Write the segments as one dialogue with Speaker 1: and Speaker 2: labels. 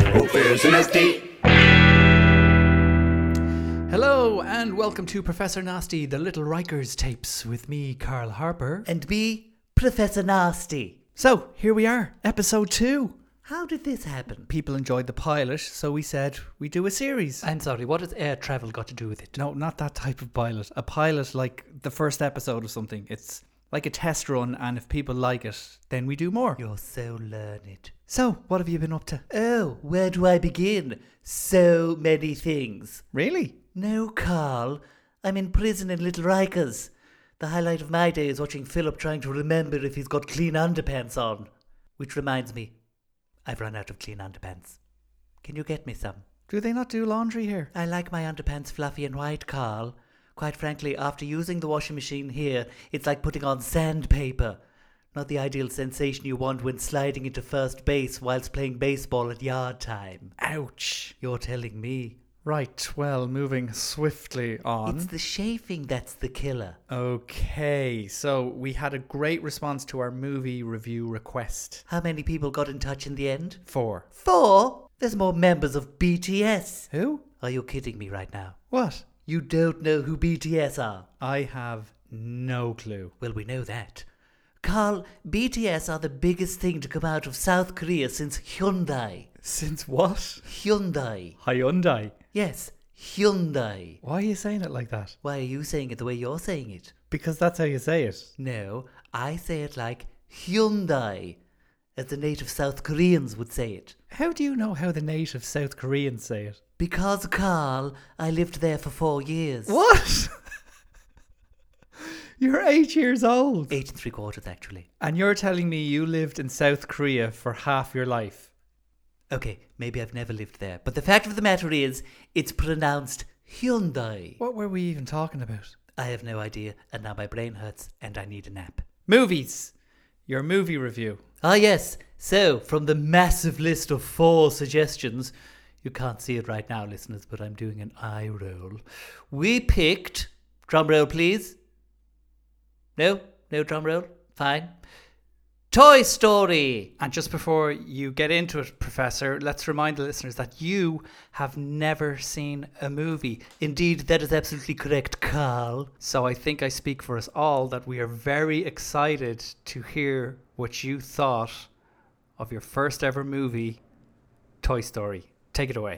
Speaker 1: Professor Nasty.
Speaker 2: Hello and welcome to Professor Nasty, the Little Rikers tapes with me, Carl Harper.
Speaker 3: and be Professor Nasty.
Speaker 2: So here we are, episode two.
Speaker 3: How did this happen?
Speaker 2: People enjoyed the pilot, so we said we do a series.
Speaker 4: I'm sorry, what has air travel got to do with it?
Speaker 2: No, not that type of pilot. A pilot like the first episode of something. It's like a test run, and if people like it, then we do more.
Speaker 3: You're so learned.
Speaker 2: So, what have you been up to?
Speaker 3: Oh, where do I begin? So many things.
Speaker 2: Really?
Speaker 3: No, Carl. I'm in prison in Little Rikers. The highlight of my day is watching Philip trying to remember if he's got clean underpants on. Which reminds me, I've run out of clean underpants. Can you get me some?
Speaker 2: Do they not do laundry here?
Speaker 3: I like my underpants fluffy and white, Carl. Quite frankly, after using the washing machine here, it's like putting on sandpaper. Not the ideal sensation you want when sliding into first base whilst playing baseball at yard time.
Speaker 2: Ouch.
Speaker 3: You're telling me.
Speaker 2: Right, well, moving swiftly on.
Speaker 3: It's the chafing that's the killer.
Speaker 2: Okay, so we had a great response to our movie review request.
Speaker 3: How many people got in touch in the end?
Speaker 2: Four.
Speaker 3: Four? There's more members of BTS.
Speaker 2: Who?
Speaker 3: Are you kidding me right now?
Speaker 2: What?
Speaker 3: You don't know who BTS are.
Speaker 2: I have no clue.
Speaker 3: Well, we know that. Carl, BTS are the biggest thing to come out of South Korea since Hyundai.
Speaker 2: Since what?
Speaker 3: Hyundai.
Speaker 2: Hyundai.
Speaker 3: Yes, Hyundai.
Speaker 2: Why are you saying it like that?
Speaker 3: Why are you saying it the way you're saying it?
Speaker 2: Because that's how you say it.
Speaker 3: No, I say it like Hyundai, as the native South Koreans would say it.
Speaker 2: How do you know how the native South Koreans say it?
Speaker 3: Because, Carl, I lived there for four years.
Speaker 2: What? you're eight years old.
Speaker 3: Eight and three quarters, actually.
Speaker 2: And you're telling me you lived in South Korea for half your life.
Speaker 3: Okay, maybe I've never lived there, but the fact of the matter is, it's pronounced Hyundai.
Speaker 2: What were we even talking about?
Speaker 3: I have no idea, and now my brain hurts, and I need a nap.
Speaker 2: Movies. Your movie review.
Speaker 3: Ah, yes. So, from the massive list of four suggestions, you can't see it right now, listeners, but I'm doing an eye roll. We picked. Drum roll, please. No, no drum roll. Fine. Toy Story.
Speaker 2: And just before you get into it, Professor, let's remind the listeners that you have never seen a movie.
Speaker 3: Indeed, that is absolutely correct, Carl.
Speaker 2: So I think I speak for us all that we are very excited to hear what you thought of your first ever movie, Toy Story. Take it away.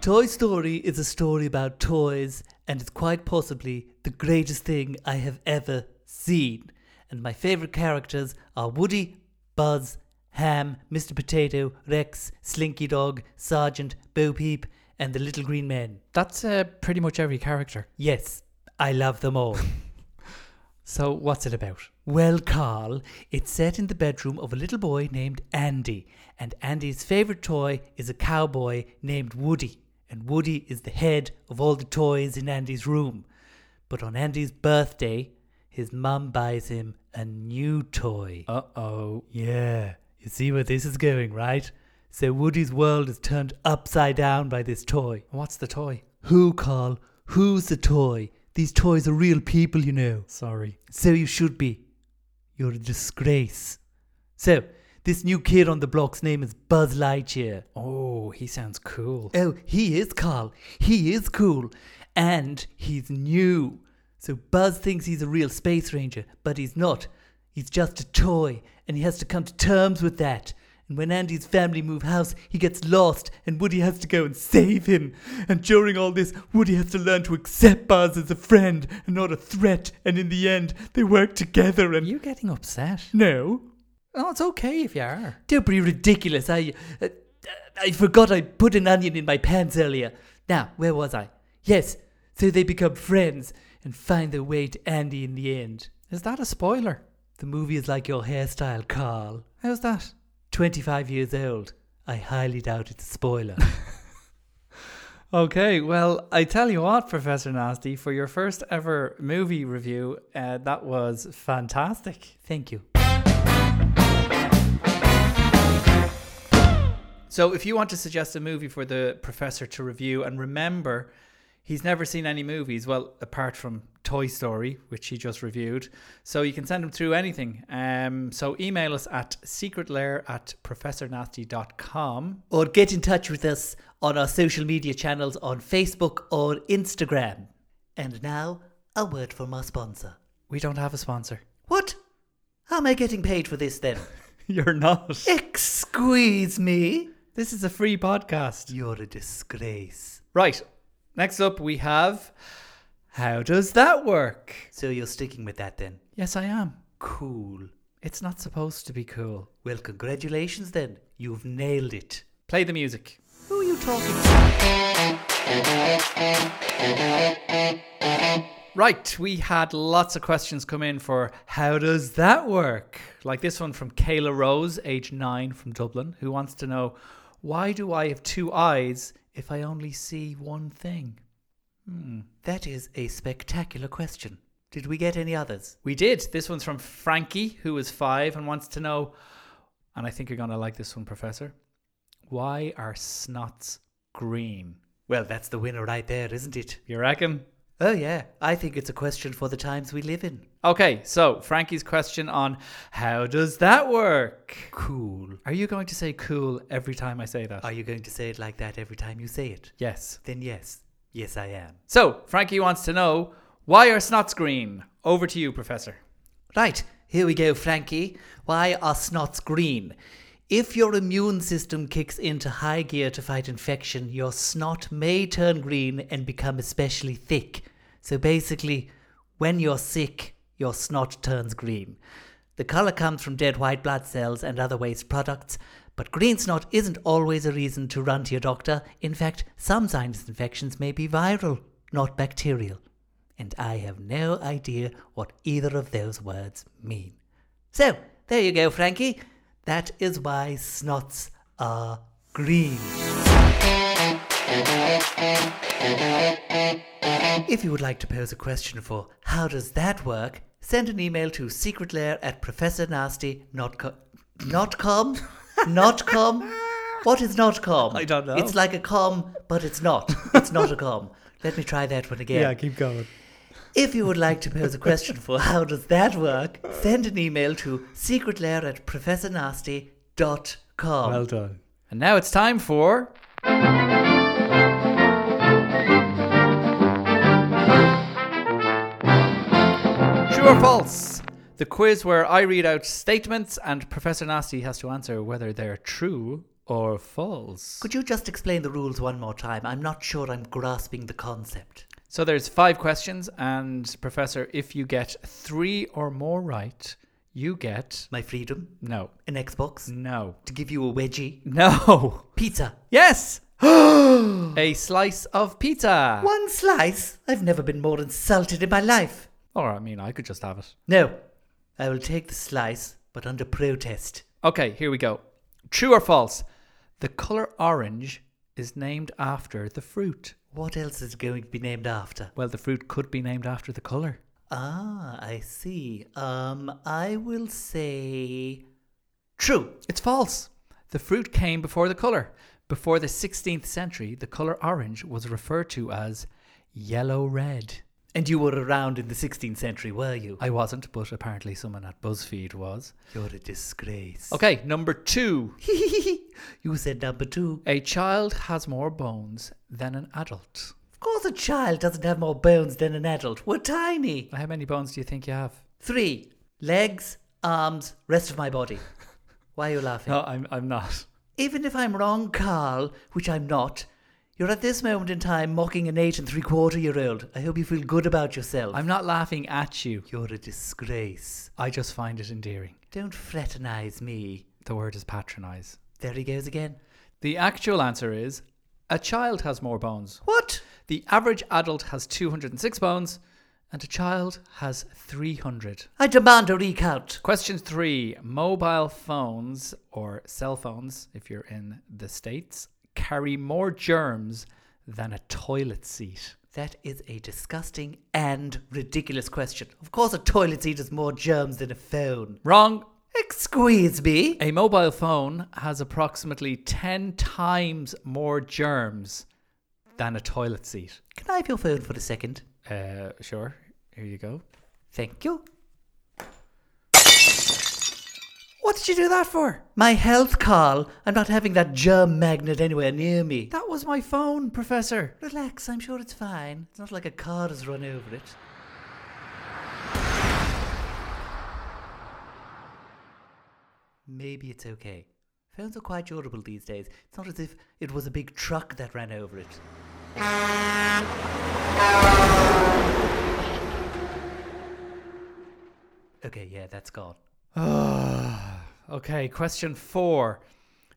Speaker 3: Toy Story is a story about toys and is quite possibly the greatest thing I have ever seen. And my favorite characters are Woody, Buzz, Ham, Mr. Potato, Rex, Slinky Dog, Sergeant, Bo Peep, and the Little Green Men.
Speaker 2: That's uh, pretty much every character.
Speaker 3: Yes, I love them all.
Speaker 2: So what's it about?
Speaker 3: Well, Carl, it's set in the bedroom of a little boy named Andy, and Andy's favorite toy is a cowboy named Woody, and Woody is the head of all the toys in Andy's room. But on Andy's birthday, his mum buys him a new toy.
Speaker 2: Uh oh.
Speaker 3: Yeah, you see where this is going, right? So Woody's world is turned upside down by this toy.
Speaker 2: What's the toy?
Speaker 3: Who, Carl? Who's the toy? These toys are real people, you know.
Speaker 2: Sorry.
Speaker 3: So you should be. You're a disgrace. So, this new kid on the block's name is Buzz Lightyear.
Speaker 2: Oh, he sounds cool.
Speaker 3: Oh, he is Carl. He is cool. And he's new. So Buzz thinks he's a real space ranger, but he's not. He's just a toy, and he has to come to terms with that. And when Andy's family move house, he gets lost, and Woody has to go and save him. And during all this, Woody has to learn to accept Buzz as a friend and not a threat. And in the end, they work together
Speaker 2: Are
Speaker 3: and.
Speaker 2: you getting upset?
Speaker 3: No,
Speaker 2: Oh, it's okay if you are.
Speaker 3: don't be ridiculous. I, uh, I forgot I put an onion in my pants earlier. Now, where was I? Yes, so they become friends and find their way to Andy in the end.
Speaker 2: Is that a spoiler?
Speaker 3: The movie is like your hairstyle, Carl.
Speaker 2: How's that?
Speaker 3: 25 years old. I highly doubt it's a spoiler.
Speaker 2: Okay, well, I tell you what, Professor Nasty, for your first ever movie review, uh, that was fantastic.
Speaker 3: Thank you.
Speaker 2: So, if you want to suggest a movie for the professor to review, and remember, he's never seen any movies, well, apart from Toy Story, which he just reviewed. So you can send them through anything. Um, so email us at secretlair at professornasty.com.
Speaker 3: Or get in touch with us on our social media channels on Facebook or Instagram. And now, a word from our sponsor.
Speaker 2: We don't have a sponsor.
Speaker 3: What? How am I getting paid for this then?
Speaker 2: You're not.
Speaker 3: Excuse me?
Speaker 2: This is a free podcast.
Speaker 3: You're a disgrace.
Speaker 2: Right. Next up, we have How Does That Work?
Speaker 3: So you're sticking with that then?
Speaker 2: Yes, I am.
Speaker 3: Cool.
Speaker 2: It's not supposed to be cool.
Speaker 3: Well, congratulations then. You've nailed it.
Speaker 2: Play the music.
Speaker 3: Who are you talking to?
Speaker 2: Right, we had lots of questions come in for how does that work? Like this one from Kayla Rose, age nine from Dublin, who wants to know why do I have two eyes if I only see one thing?
Speaker 3: That is a spectacular question. Did we get any others?
Speaker 2: We did. This one's from Frankie, who is five and wants to know, and I think you're going to like this one, Professor. Why are snots green?
Speaker 3: Well, that's the winner right there, isn't it?
Speaker 2: You reckon?
Speaker 3: Oh, yeah. I think it's a question for the times we live in.
Speaker 2: Okay, so Frankie's question on how does that work?
Speaker 3: Cool.
Speaker 2: Are you going to say cool every time I say that?
Speaker 3: Are you going to say it like that every time you say it?
Speaker 2: yes.
Speaker 3: Then yes. Yes, I am.
Speaker 2: So, Frankie wants to know why are snots green? Over to you, Professor.
Speaker 3: Right, here we go, Frankie. Why are snots green? If your immune system kicks into high gear to fight infection, your snot may turn green and become especially thick. So basically, when you're sick, your snot turns green. The color comes from dead white blood cells and other waste products, but green snot isn't always a reason to run to your doctor. In fact, some sinus infections may be viral, not bacterial and I have no idea what either of those words mean. So, there you go, Frankie. That is why snots are green. If you would like to pose a question for how does that work, send an email to secretlair at professornasty.com. Not com? Not com? What is not com?
Speaker 2: I don't know.
Speaker 3: It's like a com, but it's not. It's not a com. Let me try that one again.
Speaker 2: keep going.
Speaker 3: If you would like to pose a question for how does that work, send an email to secretlair at professornasty.com.
Speaker 2: done. And now it's time for True or False, the quiz where I read out statements and Professor Nasty has to answer whether they're true or false.
Speaker 3: Could you just explain the rules one more time? I'm not sure I'm grasping the concept.
Speaker 2: So there's five questions, and Professor, if you get three or more right, you get
Speaker 3: My freedom,
Speaker 2: no,
Speaker 3: an Xbox,
Speaker 2: no,
Speaker 3: to give you a wedgie,
Speaker 2: no.
Speaker 3: pizza.
Speaker 2: Yes, a slice of pizza.
Speaker 3: One slice? I've never been more insulted in my life.
Speaker 2: Or I mean, I could just have it.
Speaker 3: No, I will take the slice, but under protest.
Speaker 2: Okay, here we go. True or false? The color orange is named after the fruit.
Speaker 3: What else is going to be named after?
Speaker 2: Well, the fruit could be named after the color.
Speaker 3: Ah, I see. Um, I will say true.
Speaker 2: It's false. The fruit came before the color. Before the 16th century, the color orange was referred to as yellow red.
Speaker 3: And you were around in the 16th century, were you?
Speaker 2: I wasn't, but apparently someone at BuzzFeed was.
Speaker 3: You're a disgrace.
Speaker 2: Okay, number two.
Speaker 3: you said number two.
Speaker 2: A child has more bones than an adult.
Speaker 3: Of course, a child doesn't have more bones than an adult. We're tiny.
Speaker 2: How many bones do you think you have?
Speaker 3: Three legs, arms, rest of my body. Why are you laughing?
Speaker 2: I'm, I'm not.
Speaker 3: Even if I'm wrong, Carl, which I'm not, you're at this moment in time mocking an eight and three quarter year old. I hope you feel good about yourself.
Speaker 2: I'm not laughing at you.
Speaker 3: You're a disgrace.
Speaker 2: I just find it endearing.
Speaker 3: Don't fraternize me.
Speaker 2: The word is patronize.
Speaker 3: There he goes again.
Speaker 2: The actual answer is a child has more bones.
Speaker 3: What?
Speaker 2: The average adult has 206 bones, and a child has 300.
Speaker 3: I demand a recount.
Speaker 2: Question three Mobile phones, or cell phones, if you're in the States, carry more germs than a toilet seat.
Speaker 3: That is a disgusting and ridiculous question. Of course, a toilet seat has more germs than a phone.
Speaker 2: Wrong.
Speaker 3: Excuse me.
Speaker 2: A mobile phone has approximately 10 times more germs than a toilet seat.
Speaker 3: Can I have your phone for a second?
Speaker 2: Uh, sure. Here you go.
Speaker 3: Thank you.
Speaker 2: What did you do that for?
Speaker 3: My health, Carl. I'm not having that germ magnet anywhere near me.
Speaker 2: That was my phone, Professor.
Speaker 3: Relax, I'm sure it's fine. It's not like a car has run over it. Maybe it's okay. Phones are quite durable these days. It's not as if it was a big truck that ran over it. Okay, yeah, that's gone.
Speaker 2: Okay, question four.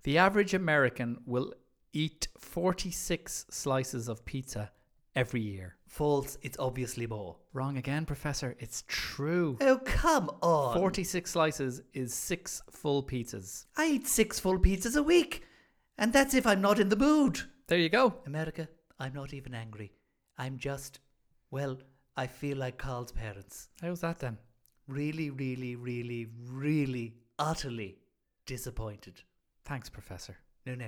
Speaker 2: The average American will eat 46 slices of pizza every year.
Speaker 3: False, it's obviously more.
Speaker 2: Wrong again, Professor. It's true.
Speaker 3: Oh, come on.
Speaker 2: 46 slices is six full pizzas.
Speaker 3: I eat six full pizzas a week, and that's if I'm not in the mood.
Speaker 2: There you go.
Speaker 3: America, I'm not even angry. I'm just, well, I feel like Carl's parents.
Speaker 2: How's that then?
Speaker 3: Really, really, really, really, utterly disappointed.
Speaker 2: Thanks, Professor.
Speaker 3: No, no.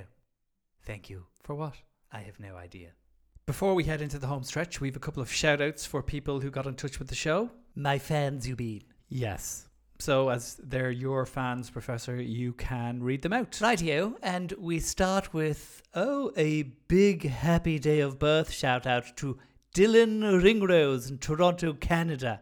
Speaker 3: Thank you.
Speaker 2: For what?
Speaker 3: I have no idea.
Speaker 2: Before we head into the home stretch, we have a couple of shout outs for people who got in touch with the show.
Speaker 3: My fans, you mean?
Speaker 2: Yes. So, as they're your fans, Professor, you can read them out.
Speaker 3: Rightio, and we start with oh, a big happy day of birth shout out to Dylan Ringrose in Toronto, Canada.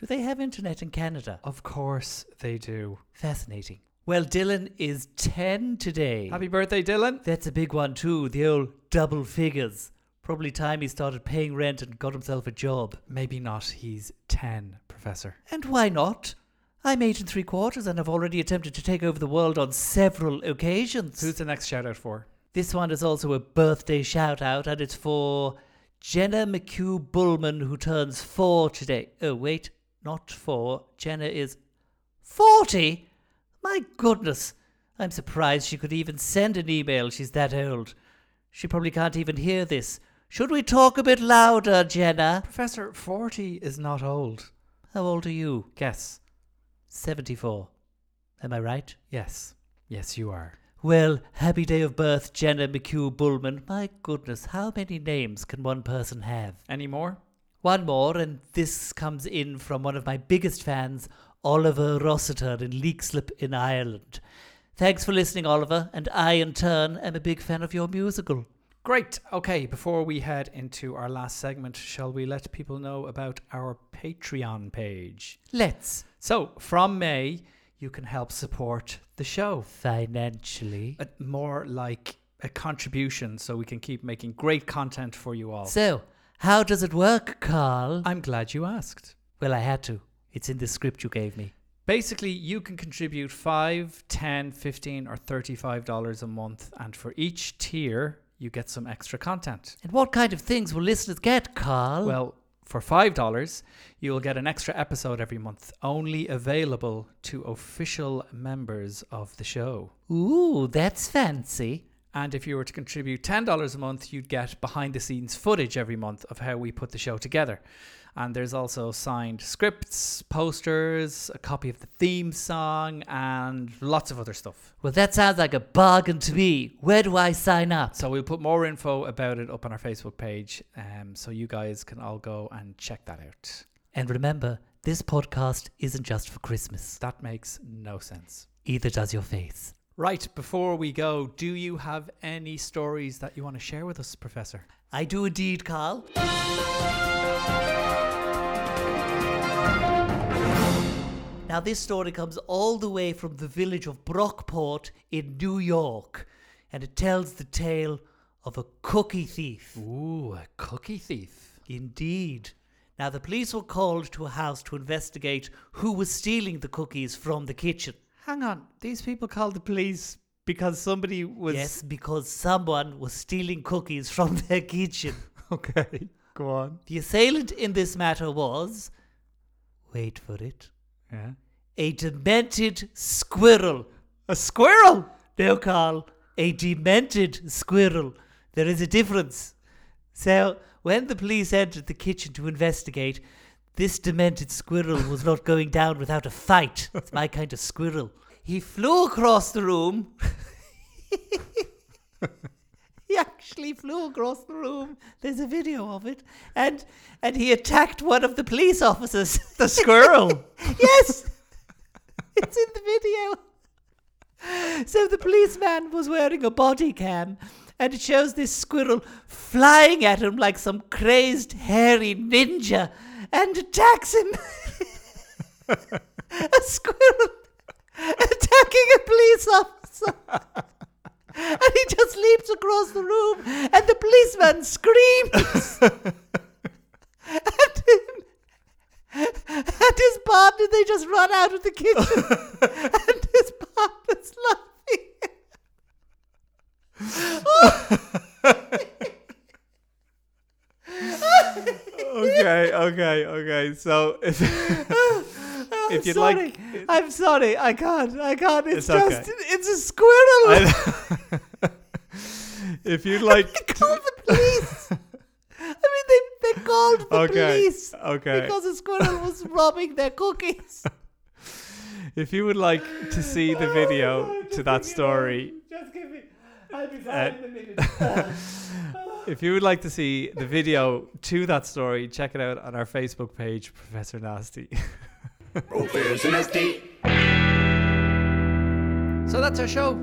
Speaker 3: Do they have internet in Canada?
Speaker 2: Of course they do.
Speaker 3: Fascinating. Well, Dylan is 10 today.
Speaker 2: Happy birthday, Dylan.
Speaker 3: That's a big one, too. The old double figures. Probably time he started paying rent and got himself a job.
Speaker 2: Maybe not. He's 10, Professor.
Speaker 3: And why not? I'm eight and three quarters and have already attempted to take over the world on several occasions.
Speaker 2: Who's the next shout out for?
Speaker 3: This one is also a birthday shout out, and it's for Jenna McHugh Bullman, who turns four today. Oh, wait, not four. Jenna is 40? My goodness. I'm surprised she could even send an email. She's that old. She probably can't even hear this. Should we talk a bit louder, Jenna?
Speaker 2: Professor, 40 is not old.
Speaker 3: How old are you?
Speaker 2: Guess.
Speaker 3: 74. Am I right?
Speaker 2: Yes. Yes, you are.
Speaker 3: Well, happy day of birth, Jenna McHugh Bullman. My goodness, how many names can one person have?
Speaker 2: Any more?
Speaker 3: One more, and this comes in from one of my biggest fans, Oliver Rossiter in Leakslip in Ireland. Thanks for listening, Oliver, and I, in turn, am a big fan of your musical.
Speaker 2: Great. Okay, before we head into our last segment, shall we let people know about our Patreon page?
Speaker 3: Let's
Speaker 2: So, from May, you can help support the show.
Speaker 3: financially.
Speaker 2: Uh, more like a contribution so we can keep making great content for you all.
Speaker 3: So, how does it work, Carl?
Speaker 2: I'm glad you asked.
Speaker 3: well, I had to. It's in the script you gave me.
Speaker 2: Basically, you can contribute 5, 10, 15 or 35 dollars a month and for each tier you get some extra content.
Speaker 3: And what kind of things will listeners get, Carl?
Speaker 2: Well, for $5, you'll get an extra episode every month, only available to official members of the show.
Speaker 3: ooh, that's fancy.
Speaker 2: And if you were to contribute $10 a month, you'd get behind the scenes footage every month of how we put the show together. And there's also signed scripts, posters, a copy of the theme song, and lots of other stuff.
Speaker 3: Well, that sounds like a bargain to me. Where do I sign up?
Speaker 2: So we'll put more info about it up on our Facebook page um, so you guys can all go and check that out.
Speaker 3: And remember, this podcast isn't just for Christmas,
Speaker 2: That makes no sense.
Speaker 3: either does your face.
Speaker 2: Right, before we go, do you have any stories that you want to share with us, Professor?
Speaker 3: I do indeed, Carl. Now, this story comes all the way from the village of Brockport in New York, and it tells the tale of a cookie thief.
Speaker 2: Ooh, a cookie thief.
Speaker 3: Indeed. Now, the police were called to a house to investigate who was stealing the cookies from the kitchen.
Speaker 2: Hang on, these people called the police because somebody was.
Speaker 3: Yes, because someone was stealing cookies from their kitchen.
Speaker 2: Okay, go on.
Speaker 3: The assailant in this matter was. Wait for it.
Speaker 2: Yeah.
Speaker 3: A demented squirrel.
Speaker 2: A squirrel!
Speaker 3: No, Carl. A demented squirrel. There is a difference. So, when the police entered the kitchen to investigate, this demented squirrel was not going down without a fight. It's my kind of squirrel. He flew across the room. He actually flew across the room. There's a video of it, and and he attacked one of the police officers.
Speaker 2: The squirrel.
Speaker 3: yes, it's in the video. So the policeman was wearing a body cam, and it shows this squirrel flying at him like some crazed hairy ninja and attacks him. a squirrel attacking a police officer. And he just leaps across the room, and the policeman screams at him. And his partner, they just run out of the kitchen, and his partner's laughing.
Speaker 2: okay, okay, okay. So if
Speaker 3: I'm
Speaker 2: If you'd
Speaker 3: sorry.
Speaker 2: like-
Speaker 3: I'm sorry. I can't. I can't. It's,
Speaker 2: It's okay.
Speaker 3: just. It's a squirrel.
Speaker 2: I- if you'd like,
Speaker 3: they called the police. I mean, they, they called the
Speaker 2: okay,
Speaker 3: police
Speaker 2: okay.
Speaker 3: because a squirrel was robbing their cookies.
Speaker 2: If you would like to see the
Speaker 3: Oh,
Speaker 2: video to that story,
Speaker 3: Just give me. I'll be
Speaker 2: fine in
Speaker 3: a minute.
Speaker 2: if you would like to see the video to that story, check it out on our Facebook page, Professor Nasty.
Speaker 1: Professor Nasty.
Speaker 2: So that's our show.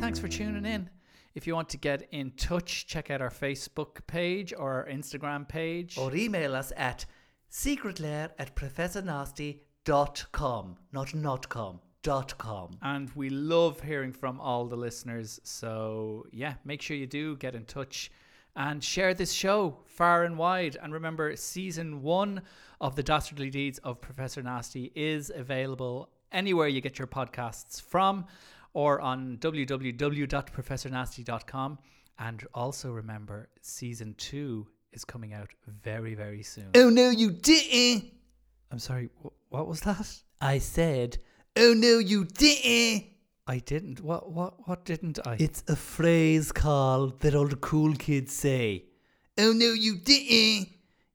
Speaker 2: Thanks for tuning in. If you want to get in touch, check out our Facebook page or our Instagram page.
Speaker 3: or email us at secretlair at professornasty.com. Not not com. Dot com.
Speaker 2: And we love hearing from all the listeners. So, yeah, make sure you do get in touch and share this show far and wide. And remember, season one of The Dastardly Deeds of Professor Nasty is available anywhere you get your podcasts from or on www.professornasty.com. And also remember, season two is coming out very, very soon.
Speaker 3: Oh no, you didn't.
Speaker 2: I'm sorry, wh- what was that?
Speaker 3: I said, oh no, you didn't.
Speaker 2: I didn't. What, what, what didn't I?
Speaker 3: It's a phrase, Carl, that all the cool kids say. Oh no, you didn't.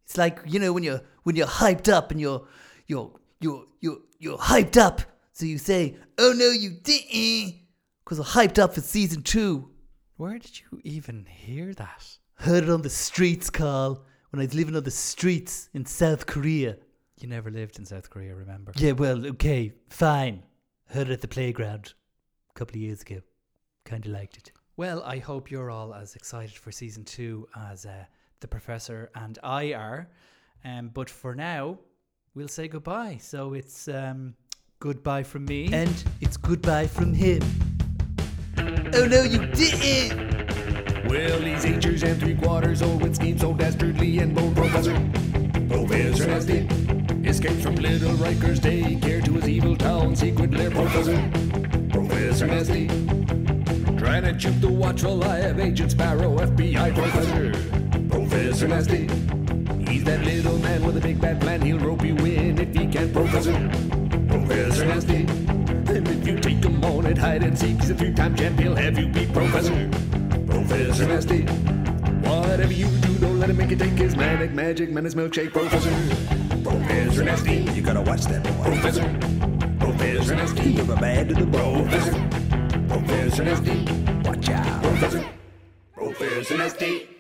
Speaker 3: It's like you know when you're when you're hyped up and you're you're you're you're you're hyped up, so you say, "Oh no, you didn't," because I'm hyped up for season two.
Speaker 2: Where did you even hear that?
Speaker 3: Heard it on the streets, Carl, when I was living on the streets in South Korea.
Speaker 2: You never lived in South Korea, remember?
Speaker 3: Yeah, well, okay, fine. Heard it at the playground a couple of years ago. Kind of liked it.
Speaker 2: Well, I hope you're all as excited for season two as uh, the professor and I are. Um, but for now, we'll say goodbye. So it's um, goodbye from me.
Speaker 3: And it's goodbye from him. Oh no, you didn't!
Speaker 1: Well, he's eight years and three quarters old with schemes so dastardly and bold. Professor, Professor Nasty escapes from Little Riker's daycare to his evil town secret lair. Professor, Professor Nasty trying to chip the watchful eye of Agent Sparrow, FBI. Professor, Professor Nasty. He's that little man with a big bad plan. He'll rope you in if he can, Professor. Professor Nasty. And if you take him on at hide and seek, he's a three-time champ. He'll have you beat, Professor. Professor Nasty. Whatever you do, don't let him make you take his manic magic menace milkshake, Professor. Professor Nasty. You gotta watch that boy. Professor. Professor Nasty. You're a bad to the bro. Professor. Professor Nasty. Watch out. Professor. Professor Nasty.